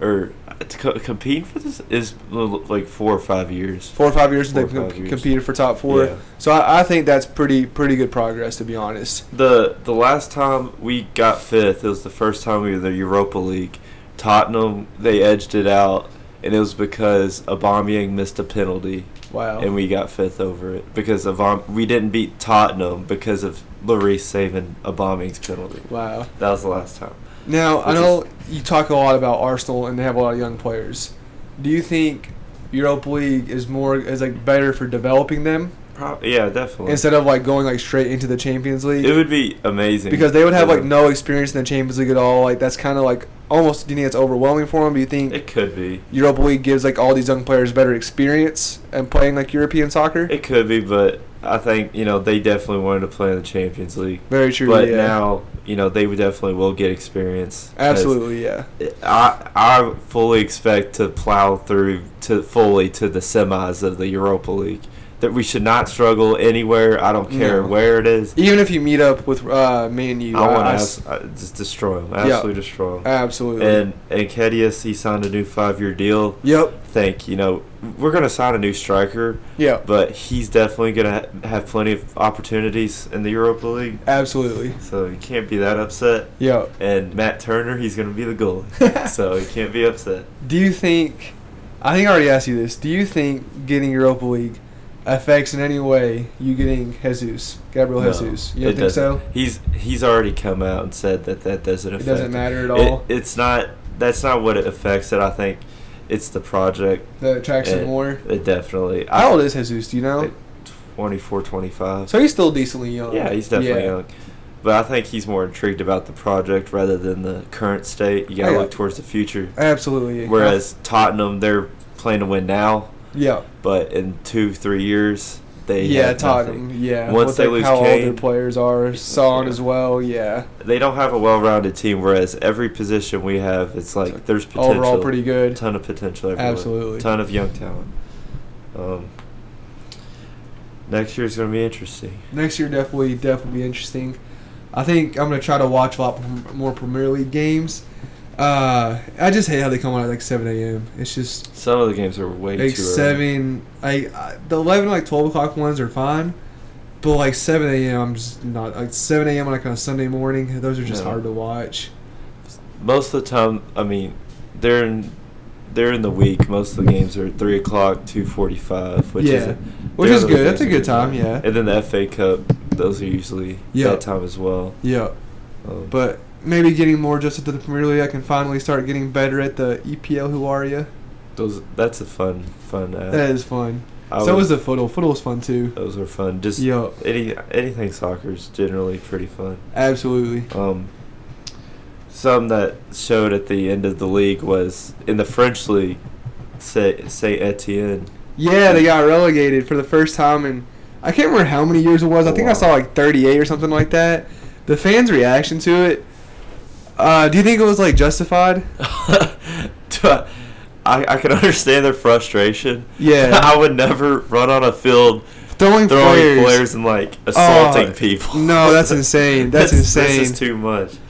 B: or to co- competing for this is like four or five years.
A: Four or five years since
B: four or
A: they've com-
B: five years.
A: competed for top four.
B: Yeah.
A: So I, I think that's pretty pretty good progress, to be honest.
B: The the last time we got fifth, it was the first time we were in the Europa League. Tottenham they edged it out, and it was because Aubameyang missed a penalty,
A: Wow.
B: and we got fifth over it because Aubame- we didn't beat Tottenham because of Lloris saving Aubameyang's penalty.
A: wow.
B: That was the last time.
A: Now I
B: Which is-
A: know you talk a lot about Arsenal and they have a lot of young players. Do you think Europa League is more is like better for developing them
B: Prob- yeah, definitely.
A: instead of like going like straight into the Champions League?
B: it would be amazing
A: because they would have
B: for
A: like
B: them.
A: no experience in the Champions League at all. Like that's kind of like almost. Do you think it's overwhelming for them? Do you think
B: It could be.
A: Europa League gives like all these young players better experience and playing like European soccer?
B: It could be, but I think you know they definitely wanted to play in the Champions League.
A: Very true.
B: but
A: yeah.
B: now you know they would definitely will get experience. 'cause
A: absolutely, yeah.
B: I I fully expect to plow through to fully to the semis of the Europa League. That we should not struggle anywhere. I don't care
A: No.
B: where it is.
A: Even if you meet up with uh, me and you,
B: I
A: I- I
B: want
A: s-
B: to uh, just destroy them.
A: Yeah.
B: Absolutely destroy 'em.
A: absolutely.
B: And and Kedius, he signed a new five-year deal.
A: yep,
B: think you know we're going to sign a new striker,
A: yep,
B: but he's definitely going to ha- have plenty of opportunities in the Europa League.
A: absolutely,
B: So you can't be that upset.
A: yep.
B: And Matt Turner, he's going to be the goalie, so he can't be upset.
A: Do you think I think I already asked you this. Do you think getting Europa League affects in any way you getting Jesus, Gabriel
B: No,
A: Jesus? You
B: it
A: don't think so?
B: doesn't. He's he's already come out and said that that doesn't
A: It
B: affect.
A: doesn't matter at
B: It-
A: all.
B: it's not. That's not what it affects. It. I think it's the project.
A: that attracts him
B: it-
A: more.
B: It definitely.
A: How old is Jesus? Do you know?
B: Like 24, 25.
A: so he's still decently young.
B: yeah, he's definitely
A: Yeah.
B: young. But I think he's more intrigued about the project rather than the current state. You gotta
A: Oh, Yeah.
B: look towards the future.
A: Absolutely.
B: Whereas Tottenham, they're playing to win now,
A: yeah,
B: but in two, three years, they
A: yeah,
B: have
A: Tottenham.
B: nothing.
A: Yeah,
B: Once
A: with
B: they
A: like
B: lose
A: how old their
B: Kane-
A: players are, Son
B: Yeah.
A: as well. Yeah,
B: They don't have a well-rounded team. Whereas every position we have, it's like
A: It's
B: there's potential.
A: overall pretty good.
B: ton of potential everywhere.
A: Absolutely.
B: Ton of young talent. Um, next year's going to be interesting.
A: Next year definitely definitely be interesting. I think I'm gonna try to watch a lot m- more Premier League games. Uh, I just hate how they come on at like 7 a.m. It's just
B: Some of the games are way
A: like
B: too early.
A: seven. I, I the 11 like 12 o'clock ones are fine, but like 7 a.m. I'm just not like 7 a.m. on like on a Sunday morning. Those are just
B: No.
A: hard to watch.
B: Most of the time, I mean, they're in, they're in the week. Most of the games are three o'clock, two forty-five, which is
A: Yeah. Which
B: they're
A: is
B: the
A: good.
B: games
A: That's a
B: that
A: good
B: get
A: time,
B: done.
A: yeah.
B: And then the FA Cup, those are usually
A: Yeah.
B: that time as well.
A: Yeah,
B: Um,
A: but maybe getting more adjusted to the Premier League, I can finally start getting better at the EPL. Who are you?
B: those that's a fun fun. App.
A: That is fun.
B: I
A: so
B: would- Uh,
A: is the football. Football's fun too.
B: Those are fun. Just
A: Yeah.
B: any anything soccer is generally pretty fun.
A: Absolutely.
B: Um, some that showed at the end of the league was in the French league, say say Etienne.
A: Yeah, they got relegated for the first time in I can't remember how many years it was. I think I saw like 38 or something like that. The fans' reaction to it. Uh, do you think it was like justified?
B: Do I, I I can understand their frustration.
A: Yeah.
B: I would never run on a field
A: Throwing,
B: throwing
A: flares.
B: flares, and like assaulting
A: Oh,
B: people.
A: no, that's insane. That's
B: This- This
A: insane.
B: is too much.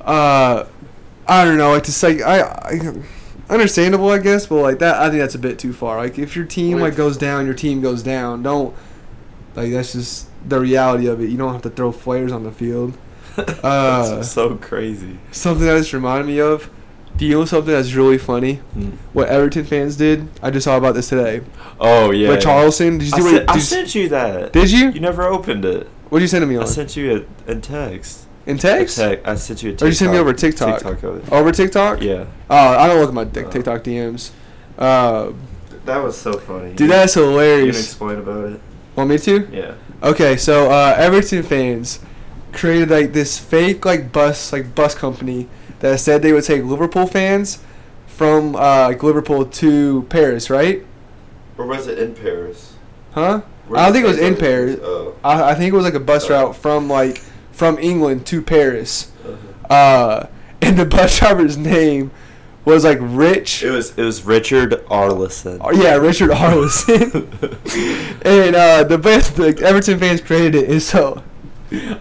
A: Uh, I don't know. Like to say, I, I understandable, I guess, but like that, I think that's a bit too far. Like if your team like goes down, your team goes down. Don't like that's just the reality of it. You don't have to throw flares on the field. Uh,
B: that's so crazy.
A: Something that just reminded me of. Do you know something that's really funny?
B: Mm.
A: What Everton fans did? I just saw about this today.
B: Oh yeah.
A: With Charleston, did you see
B: I,
A: what?
B: sent- I
A: did, you,
B: sent you that.
A: did you?
B: You never opened it.
A: What did you send me
B: I
A: on?
B: sent you a, a text.
A: In text?
B: A tec- I sent you a text.
A: Or you sent me over TikTok.
B: TikTok of it.
A: Over TikTok?
B: Yeah.
A: Oh, I don't look at my tic-
B: Oh.
A: TikTok DMs. Uh,
B: That was so funny.
A: dude, that's
B: You can
A: hilarious.
B: explain about it.
A: Want me to?
B: Yeah.
A: Okay, so uh, Everton fans created like this fake like bus like bus company that said they would take Liverpool fans from uh, like Liverpool to Paris, right?
B: Or was it in Paris?
A: Huh? I don't think it was in Paris.
B: Oh.
A: I, I think it was like a bus route from like from England to Paris, uh, and the bus driver's name was like Rich.
B: It was it was Richard Arlison.
A: Oh, yeah, Richard Arlison. and uh, the best the Everton fans created it, and so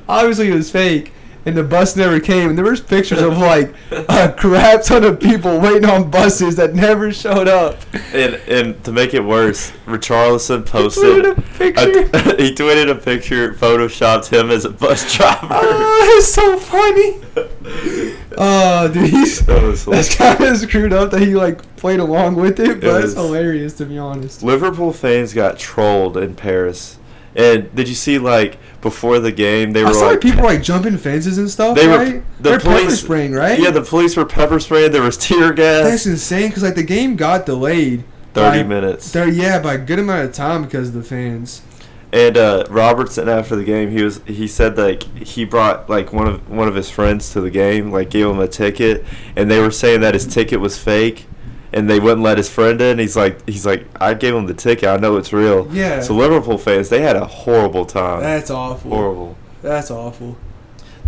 A: obviously it was fake. And the bus never came. And there was pictures of like a crap ton of people waiting on buses that never showed up.
B: and and to make it worse, Richarlison posted
A: tweeted a picture.
B: he tweeted a picture, photoshopped him as a bus driver.
A: Oh, it's so funny. Oh, dude, he's,
B: That was
A: that's
B: hilarious.
A: kind of screwed up that he like played along with it, but it's
B: is.
A: hilarious to be honest.
B: Liverpool fans got trolled in Paris. And did you see like before the game they
A: I
B: were
A: saw like
B: like
A: people like jumping fences and stuff.
B: they
A: right?
B: were
A: the They're pepper spraying, right?
B: Yeah, the police were pepper spraying. There was tear
A: That's
B: gas.
A: insane because like the game got delayed.
B: Thirty
A: by-
B: minutes.
A: Thir- yeah, by a good amount of time because of the fans.
B: And uh, Robertson after the game, he was he said like he brought like one of one of his friends to the game, like gave him a ticket, and they were saying that his ticket was fake, and they wouldn't let his friend in. He's like he's like I gave him the ticket. I know it's real.
A: Yeah.
B: So Liverpool fans, they had a horrible time.
A: That's awful.
B: Oh, horrible.
A: That's awful.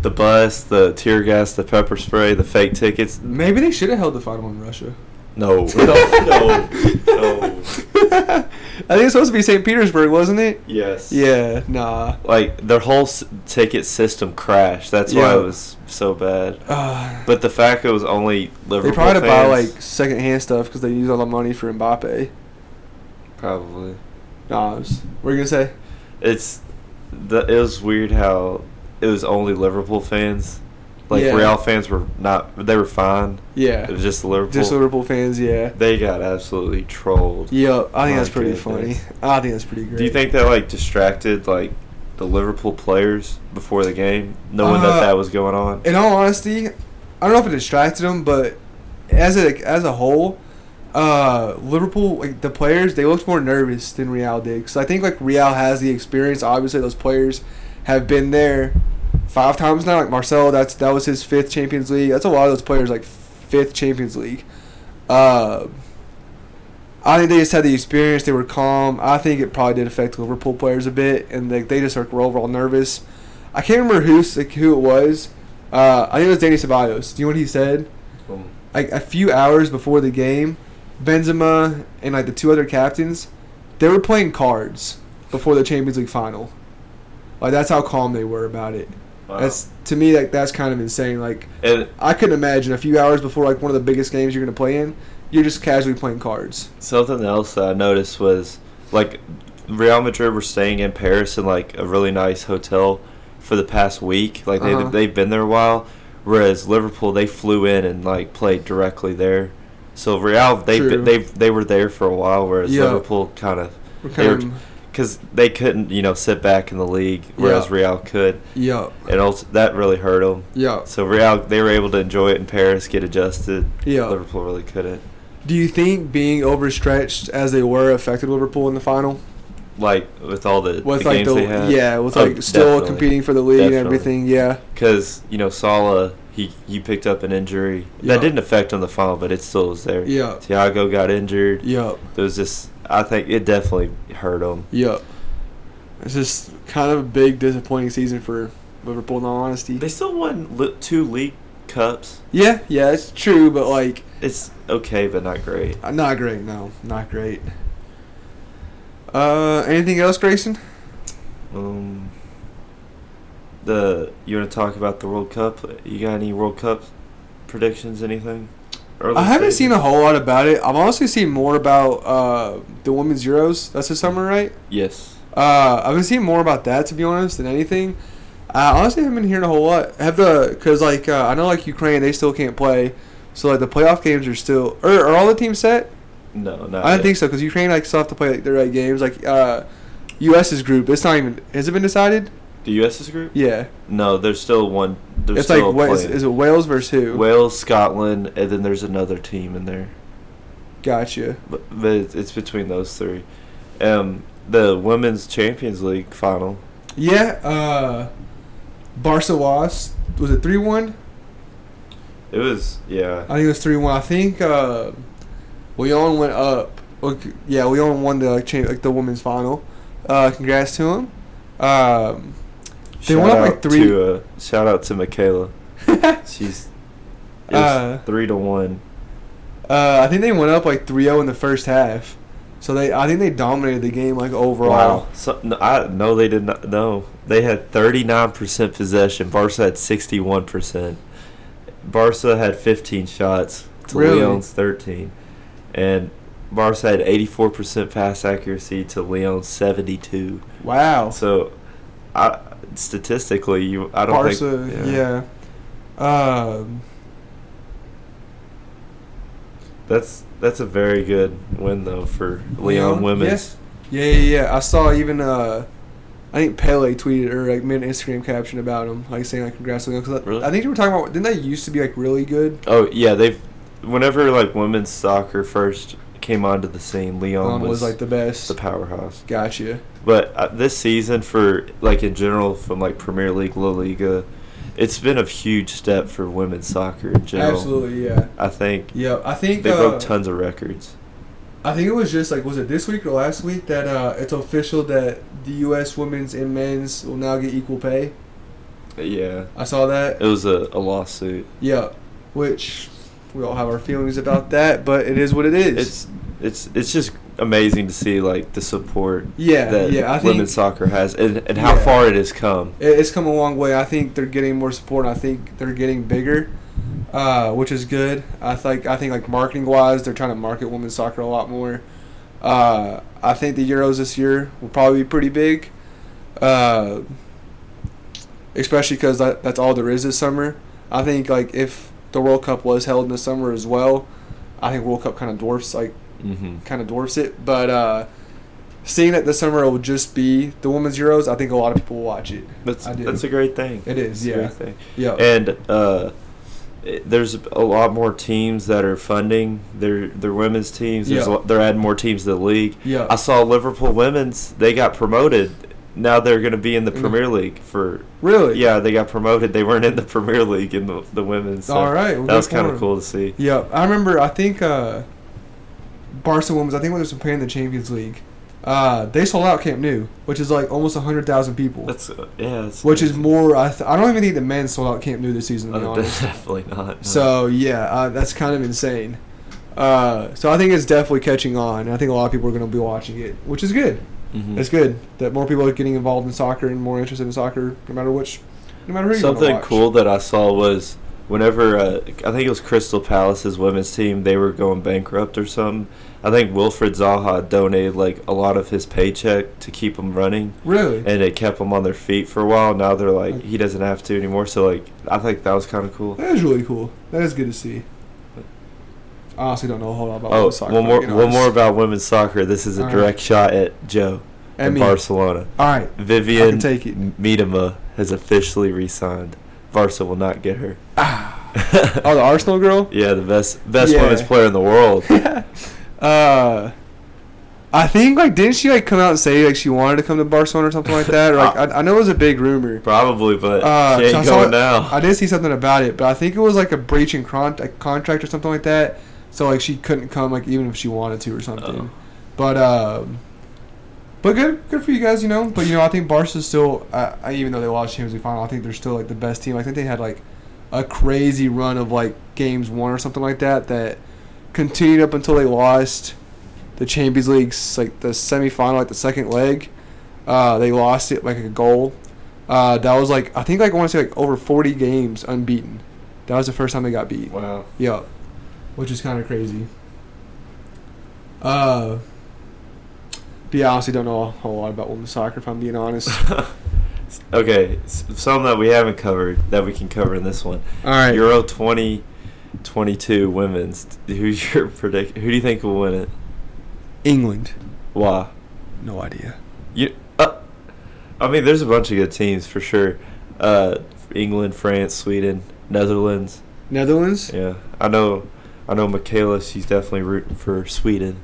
B: The bus, the tear gas, the pepper spray, the fake tickets.
A: Maybe they should have held the final in Russia.
B: No, Oh, no, no, no.
A: I think it's supposed to be St. Petersburg, wasn't it?
B: Yes.
A: Yeah. Nah.
B: Like their whole s- ticket system crashed. That's why
A: Yeah.
B: it was so bad.
A: Uh,
B: But the fact it was only Liverpool
A: they probably had to buy
B: fans,
A: like secondhand stuff because they used all the money for Mbappe.
B: probably
A: Nah. it was- what were you gonna say?
B: it's the it was weird how it was only Liverpool fans Like
A: Yeah.
B: Real fans were not. They were fine. It
A: Yeah.
B: was just the Liverpool.
A: Just Liverpool fans, yeah.
B: they got absolutely trolled.
A: Yep, I think that's
B: My
A: pretty
B: goodness.
A: funny. I think that's pretty great.
B: Do you think that like distracted like the Liverpool players before the game, knowing that
A: Uh,
B: that was going on?
A: in all honesty, I don't know if it distracted them, but as a as a whole, uh, Liverpool like the players they looked more nervous than Real did because I think like Real has the experience. Obviously, those players have been there five times now. Like Marcelo, that's that was his fifth Champions League. That's a lot of those players like fifth Champions League. Uh, I think they just had the experience. They were calm. I think it probably did affect the Liverpool players a bit, and like they just like, were overall nervous. I can't remember who like, who it was. Uh, I think it was Danny Ceballos. Do you know what he said?
B: Um,
A: Like a few hours before the game, Benzema and like the two other captains, they were playing cards before the Champions League final. Like that's how calm they were about it.
B: wow.
A: That's to me like that's kind of insane. Like
B: and
A: I couldn't imagine a few hours before like one of the biggest games you're gonna play in, you're just casually playing cards.
B: Something else that I noticed was like Real Madrid were staying in Paris in like a really nice hotel for the past week. Like they
A: Uh-huh.
B: they've been there a while, whereas Liverpool they flew in and like played directly there. So Real they
A: True.
B: they they were there for a while, whereas
A: Yeah.
B: Liverpool kind of
A: We're
B: They were-
A: kind of,
B: because they couldn't you know sit back in the league, whereas
A: Yeah.
B: Real could,
A: yeah,
B: and also, that really hurt them.
A: yeah.
B: So Real they were able to enjoy it in Paris, get adjusted.
A: Yeah.
B: Liverpool really couldn't.
A: Do you think being overstretched as they were affected Liverpool in the final?
B: Like with all the,
A: With
B: the
A: like
B: games
A: the
B: they had.
A: yeah, with
B: Oh,
A: like still
B: definitely.
A: competing for the lead and
B: Definitely.
A: everything. Yeah,
B: because you know Sala he he picked up an injury
A: Yeah.
B: that didn't affect on the final, but it still was there.
A: yeah,
B: Thiago got injured.
A: yeah,
B: There was just I think it definitely hurt him.
A: yeah. It's just kind of a big disappointing season for Liverpool. In all honesty,
B: They still won li- two league cups.
A: yeah, yeah, it's true, but like
B: It's okay, but not great.
A: uh, not great. No, not great. Uh, anything else, Grayson?
B: Um, the you want to talk about the World Cup? You got any World Cup predictions? Anything? Early
A: I haven't
B: stages?
A: seen a whole lot about it. I've honestly seen more about uh, the women's Euros. That's this summer, right?
B: Yes.
A: Uh, I've been seeing more about that to be honest than anything. I honestly haven't been hearing a whole lot. Have the because like uh, I know like Ukraine they still can't play, so like the playoff games are still. Or are all the teams set?
B: No, not.
A: I don't
B: yet.
A: think so because Ukraine like still have to play like, their right games. Like uh, U.S.'s group, it's not even has it been decided?
B: The U.S.'s group?
A: Yeah,
B: No, there's still one. There's
A: it's like
B: still a
A: what is,
B: play-in.
A: is it Wales versus who?
B: Wales, Scotland, and then there's another team in there.
A: Gotcha.
B: But, but it's it's between those three. Um, the women's Champions League final.
A: Yeah. Uh, Barca lost. Was it three one?
B: It was
A: I
B: yeah.
A: think it was three one. I think uh, Leon went up. Look, yeah, Leon won the cha- like the women's final. Uh, congrats to him. Um, They
B: shout
A: went up,
B: out
A: like, three-
B: To, uh, shout out to Michaela. She's it was
A: Uh.
B: three to one.
A: uh, I think they went up like 3-0 in the first half. So they, I think they dominated the game like overall.
B: So, no, I no, they did not. No, they had thirty nine percent possession. Barca had sixty one percent. Barca had fifteen shots to
A: Really?
B: Leon's thirteen, and Barca had eighty four percent pass accuracy to Leon's seventy two.
A: Wow.
B: So, I statistically, you I don't
A: Barca,
B: think
A: yeah. Um,
B: That's that's a very good win though for Leon
A: Leon,
B: women's.
A: yeah, yeah, yeah. I saw even uh, I think Pele tweeted or like made an Instagram caption about him, like saying like congrats to Leon. 'cause I-
B: Really?
A: I think you were talking about didn't they used to be like really good?
B: Oh yeah, they've whenever like women's soccer first came onto the scene, Leon,
A: Leon
B: was,
A: was like the best.
B: the powerhouse.
A: Gotcha.
B: But uh, this season, for like in general, from like Premier League, La Liga, it's been a huge step for women's soccer in general.
A: Absolutely, yeah.
B: I think
A: Yeah, I think
B: they
A: uh,
B: broke tons of records.
A: I think it was just like was it this week or last week that uh, it's official that the U.S. women's and men's will now get equal pay.
B: Yeah,
A: I saw that.
B: it was a, a lawsuit.
A: Yeah, which we all have our feelings about that, but it is what it is.
B: It's it's it's just amazing to see like the support
A: yeah,
B: that
A: yeah. I think
B: women's soccer has and, and how
A: Yeah.
B: far it has come.
A: it- it's come a long way. I think they're getting more support. I think they're getting bigger, uh, which is good. I think I think like marketing wise, they're trying to market women's soccer a lot more. Uh, I think the Euros this year will probably be pretty big, uh, especially because that, that's all there is this summer. I think like if the World Cup was held in the summer as well, I think World Cup kind of dwarfs like
B: Mm-hmm.
A: kind of dwarfs it. But uh, seeing that this summer it will just be the women's Euros, I think a lot of people will watch it.
B: That's
A: I do.
B: that's a great thing.
A: It is,
B: It's a
A: yeah.
B: great thing.
A: yeah.
B: And uh, it- there's a lot more teams that are funding their their women's teams. There's
A: Yeah.
B: a lot, they're adding more teams to the league.
A: Yeah.
B: I saw Liverpool women's. They got promoted. Now they're going to be in the
A: Mm.
B: Premier League for.
A: really?
B: Yeah, they got promoted. They weren't in the Premier League in the, the women's. So
A: All right, well,
B: that was
A: good for
B: kind of
A: them.
B: cool to see.
A: Yeah, I remember. I think uh, Barcelona women's. I think when they were playing in the Champions League, uh, they sold out Camp Nou, which is like almost hundred thousand people.
B: That's uh, yeah. That's
A: which is more. I, th- I don't even think the men sold out Camp Nou this season. To be
B: Oh,
A: honest.
B: definitely not. no.
A: So yeah, uh, that's kind of insane. Uh, so I think it's definitely catching on. and I think a lot of people are going to be watching it, which is good.
B: Mhm.
A: It's good that more people are getting involved in soccer and more interested in soccer, no matter which, no matter who. you wanna
B: Something
A: watch.
B: cool that I saw was whenever uh, I think it was Crystal Palace's women's team, they were going bankrupt or something. I think Wilfred Zaha donated like a lot of his paycheck to keep them running,
A: Really?
B: and it kept them on their feet for a while. Now they're like he doesn't have to anymore. So like I think that was kind of cool.
A: That is really cool. That is good to see. I honestly don't know a whole lot about
B: Oh,
A: women's soccer.
B: one more,
A: you know,
B: one
A: it's-
B: more about women's soccer. This is a
A: Alright.
B: direct shot at Joe
A: I
B: in
A: mean,
B: Barcelona.
A: all right, I can
B: Vivian
A: take it.
B: Miedema has officially re-signed. Barca will not get her.
A: Oh, the Arsenal girl.
B: Yeah, the best best
A: Yeah.
B: women's player in the world.
A: uh, I think like didn't she like come out and say like she wanted to come to Barcelona or something like that? Or, like I, I know it was a big rumor.
B: Probably, but
A: Uh,
B: she
A: 'cause I
B: ain't
A: saw
B: going
A: it-
B: now.
A: I did see something about it, but I think it was like a breach in con- like, contract or something like that. So like she couldn't come like even if she wanted to or something.
B: Oh.
A: But um, but good good for you guys, you know. But you know I think Barca's still uh, I- even though they lost Champions League final, I think they're still like the best team. I think they had like a crazy run of like games won or something like that that continued up until they lost the Champions League's like the semifinal, like the second leg. Uh, they lost it like a goal. Uh, that was like I think like I want to say like over 40 games unbeaten. That was the first time they got beat.
B: Wow.
A: Yeah, which is kind of crazy. Uh, but yeah, I honestly don't know a whole lot about women's soccer if I'm being honest.
B: okay, s- some that we haven't covered that we can cover in this one.
A: All right,
B: Euro 2022 women's. Who's your predict? Who do you think will win it?
A: England.
B: Why?
A: No idea.
B: You. Uh, I mean, there's a bunch of good teams for sure. Uh, England, France, Sweden, Netherlands.
A: Netherlands.
B: Yeah, I know. I know Michaela. She's definitely rooting for Sweden. Uh,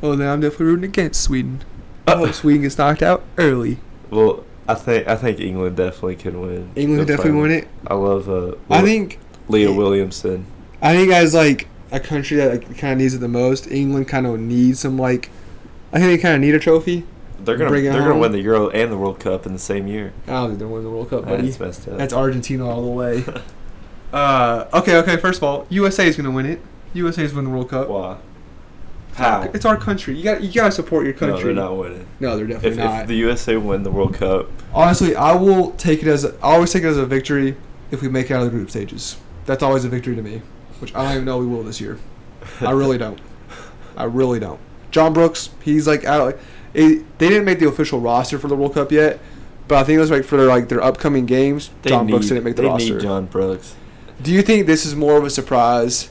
A: Oh, then I'm definitely rooting against Sweden. I hope Sweden gets knocked out early.
B: Well, I think I think England definitely can win.
A: England
B: the
A: could definitely
B: final.
A: win it.
B: I love. Uh,
A: I
B: Wil-
A: think
B: Leah Williamson.
A: I think as like a country that like, kind of needs it the most, England kind of needs some like. I think they kind of need a trophy.
B: They're gonna
A: Bring it
B: they're gonna
A: home.
B: win the Euro and the World Cup in the same year.
A: I don't think they're winning the World Cup, buddy.
B: That's messed up.
A: That's Argentina all the way. uh, okay, okay. First of all, USA is gonna win it. USA is winning the World Cup.
B: Why? How?
A: It's our country. You got you gotta support your
B: No,
A: country.
B: they're not winning.
A: No, they're
B: If,
A: definitely not.
B: if the USA win the World Cup,
A: Honestly, I will take it as a, I always take it as a victory if we make it out of the group stages. That's always a victory to me, which I don't even know we will this year. I really don't. I really don't. John Brooks, he's like out. Like, it, they didn't make the official roster for the World Cup yet, but I think it was like for their like their upcoming games.
B: they
A: John
B: need,
A: Brooks didn't make the
B: they
A: roster.
B: need John Brooks.
A: Do you think this is more of a surprise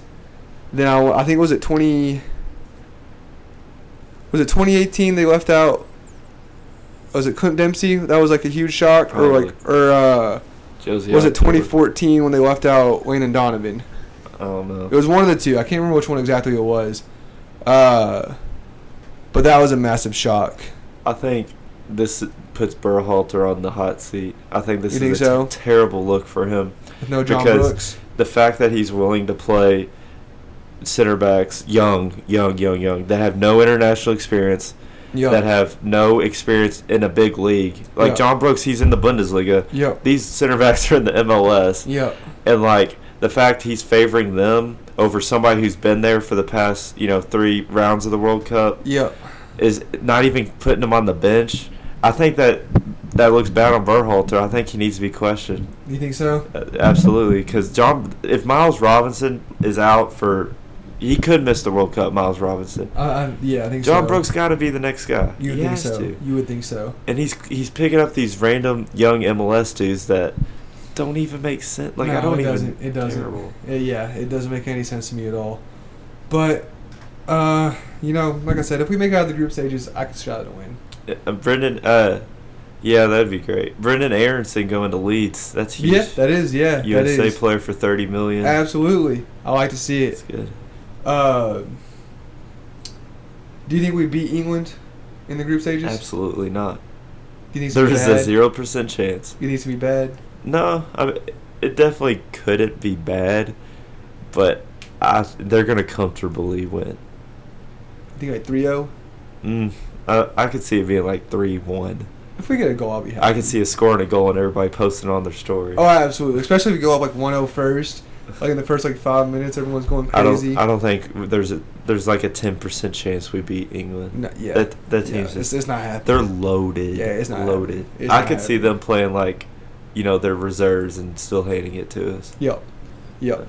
A: than I, I think was it 20 was it 2018 they left out was it Clint Dempsey that was like a huge shock or like or uh,
B: Josie.
A: was it
B: Altidore.
A: 2014 when they left out Wayne and Donovan
B: I don't know.
A: it was one of the two I can't remember which one exactly it was uh, but that was a massive shock
B: I think this puts Burhalter on the hot seat. I think this
A: You
B: is
A: think
B: a
A: so?
B: terrible look for him.
A: with no John
B: Because-
A: Brooks
B: the fact that he's willing to play center backs young, young, young, young that have no international experience, that
A: yeah
B: have no experience in a big league. Like
A: Yeah.
B: John Brooks, he's in the Bundesliga.
A: yep
B: These center backs are in the MLS,
A: yep
B: and like the fact he's favoring them over somebody who's been there for the past you know three rounds of the World Cup
A: yep
B: is not even putting him on the bench. I think that that looks bad on Berhalter. I think he needs to be questioned.
A: you think so
B: Uh, Absolutely, because John, if Miles Robinson is out for, he could miss the World Cup. Miles Robinson,
A: I, I, yeah I think
B: John
A: so.
B: Brooks got to be the next guy.
A: you would
B: he
A: think
B: has
A: so
B: to,
A: you would think so
B: and he's he's picking up these random young MLS dudes that don't even make sense. Like
A: No,
B: I don't
A: it
B: even.
A: doesn't- it doesn't.
B: Terrible.
A: Uh, yeah, it doesn't make any sense to me at all. But, uh, you know, like I said, if we make it out of the group stages, I could shout out a win.
B: Uh, Brendan, uh, yeah, that'd be great. Brendan Aronson going to Leeds. That's huge.
A: Yeah, that is. Yeah,
B: USA
A: that is.
B: player for thirty million.
A: Absolutely, I like to see
B: That's
A: it.
B: good.
A: Uh, do you think we beat England in the group stages?
B: Absolutely not.
A: Do you think it's
B: There
A: gonna be
B: is a
A: bad?
B: zero percent chance.
A: You think it's gonna be bad?
B: No, I mean, it definitely couldn't be bad, but I they're gonna comfortably win.
A: I think like oh? 3-0.
B: Mm, I I could see it being like three one.
A: If we get a goal, I'll be happy.
B: I could see us scoring a goal and everybody posting on their story.
A: Oh, absolutely. Especially if we go up like 1-0 first. Like in the first like five minutes, everyone's going
B: I
A: crazy.
B: don't. I don't think there's a there's like a ten percent chance we beat England.
A: No, yeah.
B: That that
A: Yeah,
B: team's
A: it's,
B: just
A: it's not happening.
B: they're loaded.
A: Yeah, it's not
B: loaded.
A: happening. It's
B: I
A: not
B: could see
A: happening.
B: them playing like, you know, their reserves and still handing it to us.
A: Yep. Yep.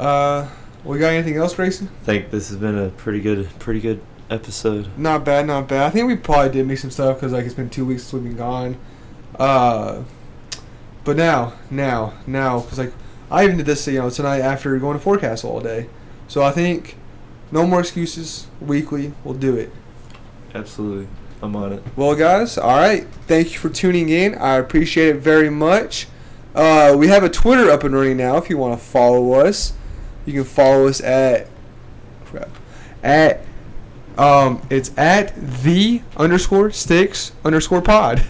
A: Uh, we got anything else, Grayson?
B: I think this has been a pretty good, pretty good episode.
A: Not bad, not bad. I think we probably did make some stuff because like it's been two weeks since we've been gone. Uh, but now, now, now, because like I even did this, you know, tonight after going to forecastle all day. So I think no more excuses. Weekly, we'll do it.
B: Absolutely, I'm on it.
A: Well, guys, all right. Thank you for tuning in. I appreciate it very much. Uh, we have a Twitter up and running now. If you want to follow us, you can follow us at crap, at um, it's at the underscore sticks underscore pod.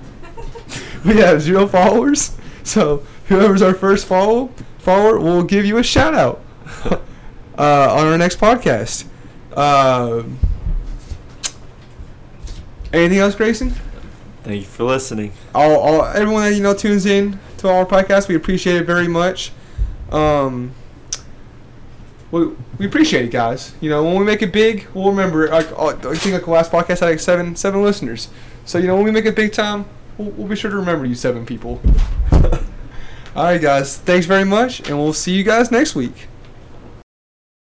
A: we have zero followers, so whoever's our first follow follower will give you a shout out uh, on our next podcast. Um anything else, Grayson?
B: Thank you for listening.
A: all, all everyone that you know tunes in to our podcast. We appreciate it very much. Um, we, we appreciate it, guys. You know, when we make it big, we'll remember. it. Like uh, I think like the last podcast had like seven seven listeners. So you know, when we make it big time, we'll, we'll be sure to remember you seven people. all right, guys. Thanks very much, and we'll see you guys next week.